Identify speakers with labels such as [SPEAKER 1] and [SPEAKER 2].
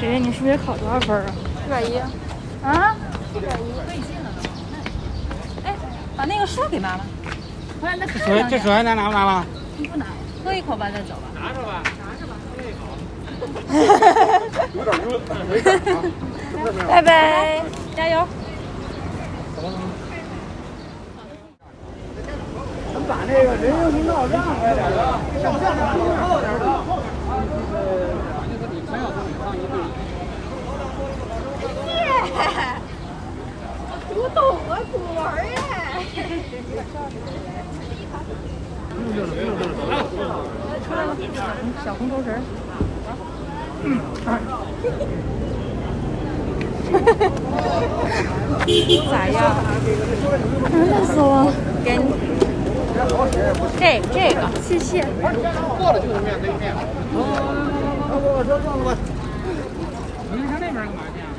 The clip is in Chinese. [SPEAKER 1] 姐姐，你数学考多少分啊？
[SPEAKER 2] 一百一，
[SPEAKER 1] 啊？
[SPEAKER 3] 哎，把那个书给妈妈，
[SPEAKER 1] 我让他看
[SPEAKER 4] 手这手还拿拿不拿了？
[SPEAKER 3] 喝一口吧，再走吧。
[SPEAKER 4] 有点晕，没敢啊。
[SPEAKER 2] 拜拜。
[SPEAKER 3] 加油！
[SPEAKER 4] 把那个人行横道让开点啊，上下上后点吧。
[SPEAKER 2] 古董啊，古玩儿哎。
[SPEAKER 3] 小红头绳儿，咋样？
[SPEAKER 1] 累死我了！
[SPEAKER 3] 给你这这个，
[SPEAKER 1] 谢谢。
[SPEAKER 4] 过了就是面对面。我我说我，你看那边干嘛去啊？